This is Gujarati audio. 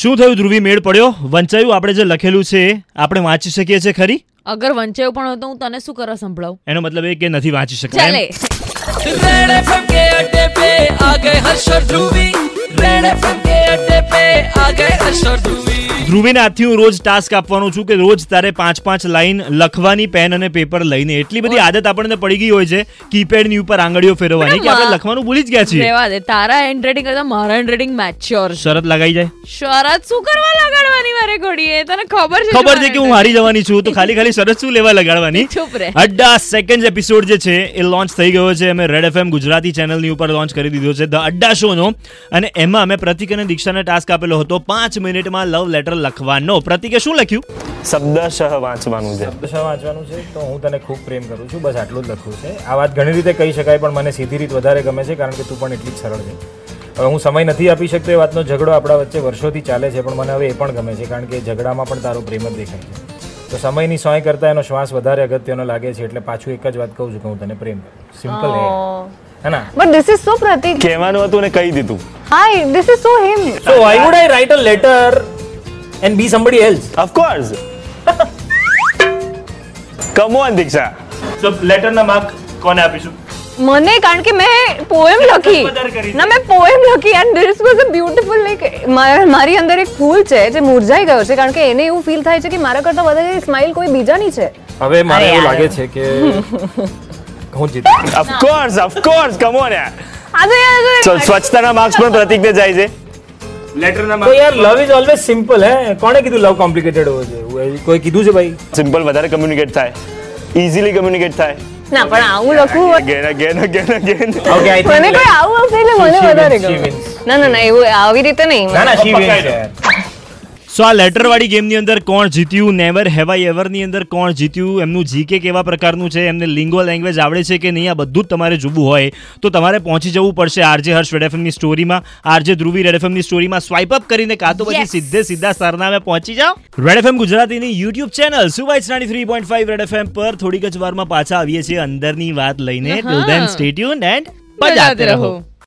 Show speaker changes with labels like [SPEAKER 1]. [SPEAKER 1] શું થયું ધ્રુવી મેળ પડ્યો વંચાયું આપણે જે લખેલું છે એ આપણે વાંચી શકીએ છીએ ખરી
[SPEAKER 2] અગર વંચાયું પણ હોય તો હું તને શું કરવા સંભળાવું
[SPEAKER 1] એનો મતલબ એ કે નથી વાંચી શકતા
[SPEAKER 2] ચાલે
[SPEAKER 1] એમ?
[SPEAKER 3] रेड एफएम के अड्डे पे आ गए हर्ष और ध्रुवी रेड एफएम के अड्डे पे आ गए हर्ष और ध्रुवी
[SPEAKER 1] ધ્રુવીને આજથી હું રોજ ટાસ્ક આપવાનો છું કે રોજ તારે પાંચ પાંચ લાઈન લખવાની પેન અને પેપર લઈને એટલી બધી આદત આપણને પડી ગઈ હોય છે કીપેડની ઉપર આંગળીઓ ફેરવવાની કે આપણે
[SPEAKER 2] બરાબર.
[SPEAKER 1] લખવાનું ભૂલી જ ગયા છીએ
[SPEAKER 2] રહેવા દે તારા હેન્ડરાઇટિંગ કરતા મારા હેન્ડરાઇટિંગ મેચ્યોર
[SPEAKER 1] શરત લગાઈ જાય
[SPEAKER 2] શરત શું કરવા લગાડવાની મારે ઘડીએ તને ખબર છે
[SPEAKER 1] ખબર છે
[SPEAKER 2] મારા
[SPEAKER 1] કે હું હારી જવાની છું તો ખાલી ખાલી શરત શું લેવા લગાડવાની
[SPEAKER 2] ચૂપ રહે.
[SPEAKER 1] અડ્ડા સેકન્ડ એપિસોડ જે છે એ લોન્ચ થઈ ગયો છે અમે રેડ એફએમ ગુજરાતી ચેનલની ઉપર લોન્ચ કરી દીધો છે ધ અડ્ડા શોનો અને એમાં અમે પ્રતિક અને દીક્ષાને ટાસ્ક આપેલો હતો પાંચ મિનિટમાં લવ લેટર લખવાનો પ્રતિકે શું લખ્યું
[SPEAKER 4] શબ્દશઃ વાંચવાનું છે
[SPEAKER 5] દશા વાંચવાનું છે તો હું તને ખૂબ પ્રેમ કરું છું બસ આટલું જ લખવું છે આ વાત ઘણી રીતે કહી શકાય પણ મને સીધી રીત વધારે ગમે છે કારણ કે તું પણ એટલી જ સરળ છે હવે હું સમય નથી આપી શકતો એ વાતનો ઝઘડો આપણા વચ્ચે વર્ષોથી ચાલે છે પણ મને હવે એ પણ ગમે છે કારણ કે ઝઘડામાં પણ તારો પ્રેમ જ દેખાય છે તો સમયની સોય કરતાં એનો શ્વાસ વધારે અગત્યનો લાગે છે એટલે પાછું એક જ વાત કહું છું કે હું તને પ્રેમ કરું સિમ્પલ હે ના
[SPEAKER 6] But this is so Pratik.
[SPEAKER 4] કહેવાનું હતું ને કહી દીધું
[SPEAKER 6] Hi, this is so him.
[SPEAKER 5] So why would I write a letter and be somebody else
[SPEAKER 4] of course come on Diksha
[SPEAKER 1] લેટરના માર્ક કોને આપીશું
[SPEAKER 6] મને કારણ કે મેં પોએમ
[SPEAKER 1] વધારે કરી
[SPEAKER 6] લખી
[SPEAKER 1] છે.
[SPEAKER 6] ના મેં પોએમ લખી and this was a beautiful like મારી અંદર એક ફૂલ છે જે મુરઝાઈ ગયો છે કારણ કે એને એવું ફીલ થાય છે કે મારા કરતાં વધારે સ્માઇલ કોઈ બીજાની છે
[SPEAKER 5] હવે મને એવું લાગે છે કે હું જીતી
[SPEAKER 4] ઓફકોર્સ ઓફકોર્સ કમોન યાર
[SPEAKER 6] આજે
[SPEAKER 4] સો સ્વચ્છતાના માર્ક્સ પણ પ્રતિકને જાય છે
[SPEAKER 5] તો યાર લવ ઇઝ ઓલવેઝ સિમ્પલ હે કોણે કીધું લવ કોમ્પ્લિકેટેડ હોય છે એવું કોઈ કીધું છે ભાઈ
[SPEAKER 4] સિમ્પલ વધારે કમ્યુનિકેટ થાય ઇઝીલી કમ્યુનિકેટ થાય
[SPEAKER 6] ના પણ આવું લખવું
[SPEAKER 4] again again again again
[SPEAKER 5] okay I
[SPEAKER 6] મને કોઈ આવું આવશે એટલે મને
[SPEAKER 5] She wins,
[SPEAKER 6] વધારે
[SPEAKER 5] she
[SPEAKER 6] ગમે
[SPEAKER 5] wins.
[SPEAKER 6] ના ના ના એવું આવી રીતે નહીં
[SPEAKER 5] ના ના શી વિન્સ
[SPEAKER 1] સો આ લેટર વાળી ગેમની અંદર કોણ જીત્યું નેવર હેવાય એવરની અંદર કોણ જીત્યું એમનું જીકે કેવા પ્રકારનું છે એમને લિંગો લેંગ્વેજ આવડે છે કે નહીં આ બધું જ તમારે જોવું હોય તો તમારે પહોંચી જવું પડશે આરજે હર્ષ રેડ એફએમની સ્ટોરીમાં આરજે ધ્રુવી રેડ એફએમની સ્ટોરીમાં સ્વાઇપ અપ કરીને કાં તો પછી
[SPEAKER 2] Yes.
[SPEAKER 1] સીધે સીધા સરનામે પહોંચી જાઓ રેડ એફએમ ગુજરાતીની યુટ્યુબ ચેનલ સુવાઇસ ninety three point five red FM પર થોડીક જ વારમાં પાછા આવીએ છીએ અંદરની વાત લઈને ટિલ
[SPEAKER 2] હા.
[SPEAKER 1] ધેન સ્ટેટ્યુન એન્ડ
[SPEAKER 2] બજાતે રહો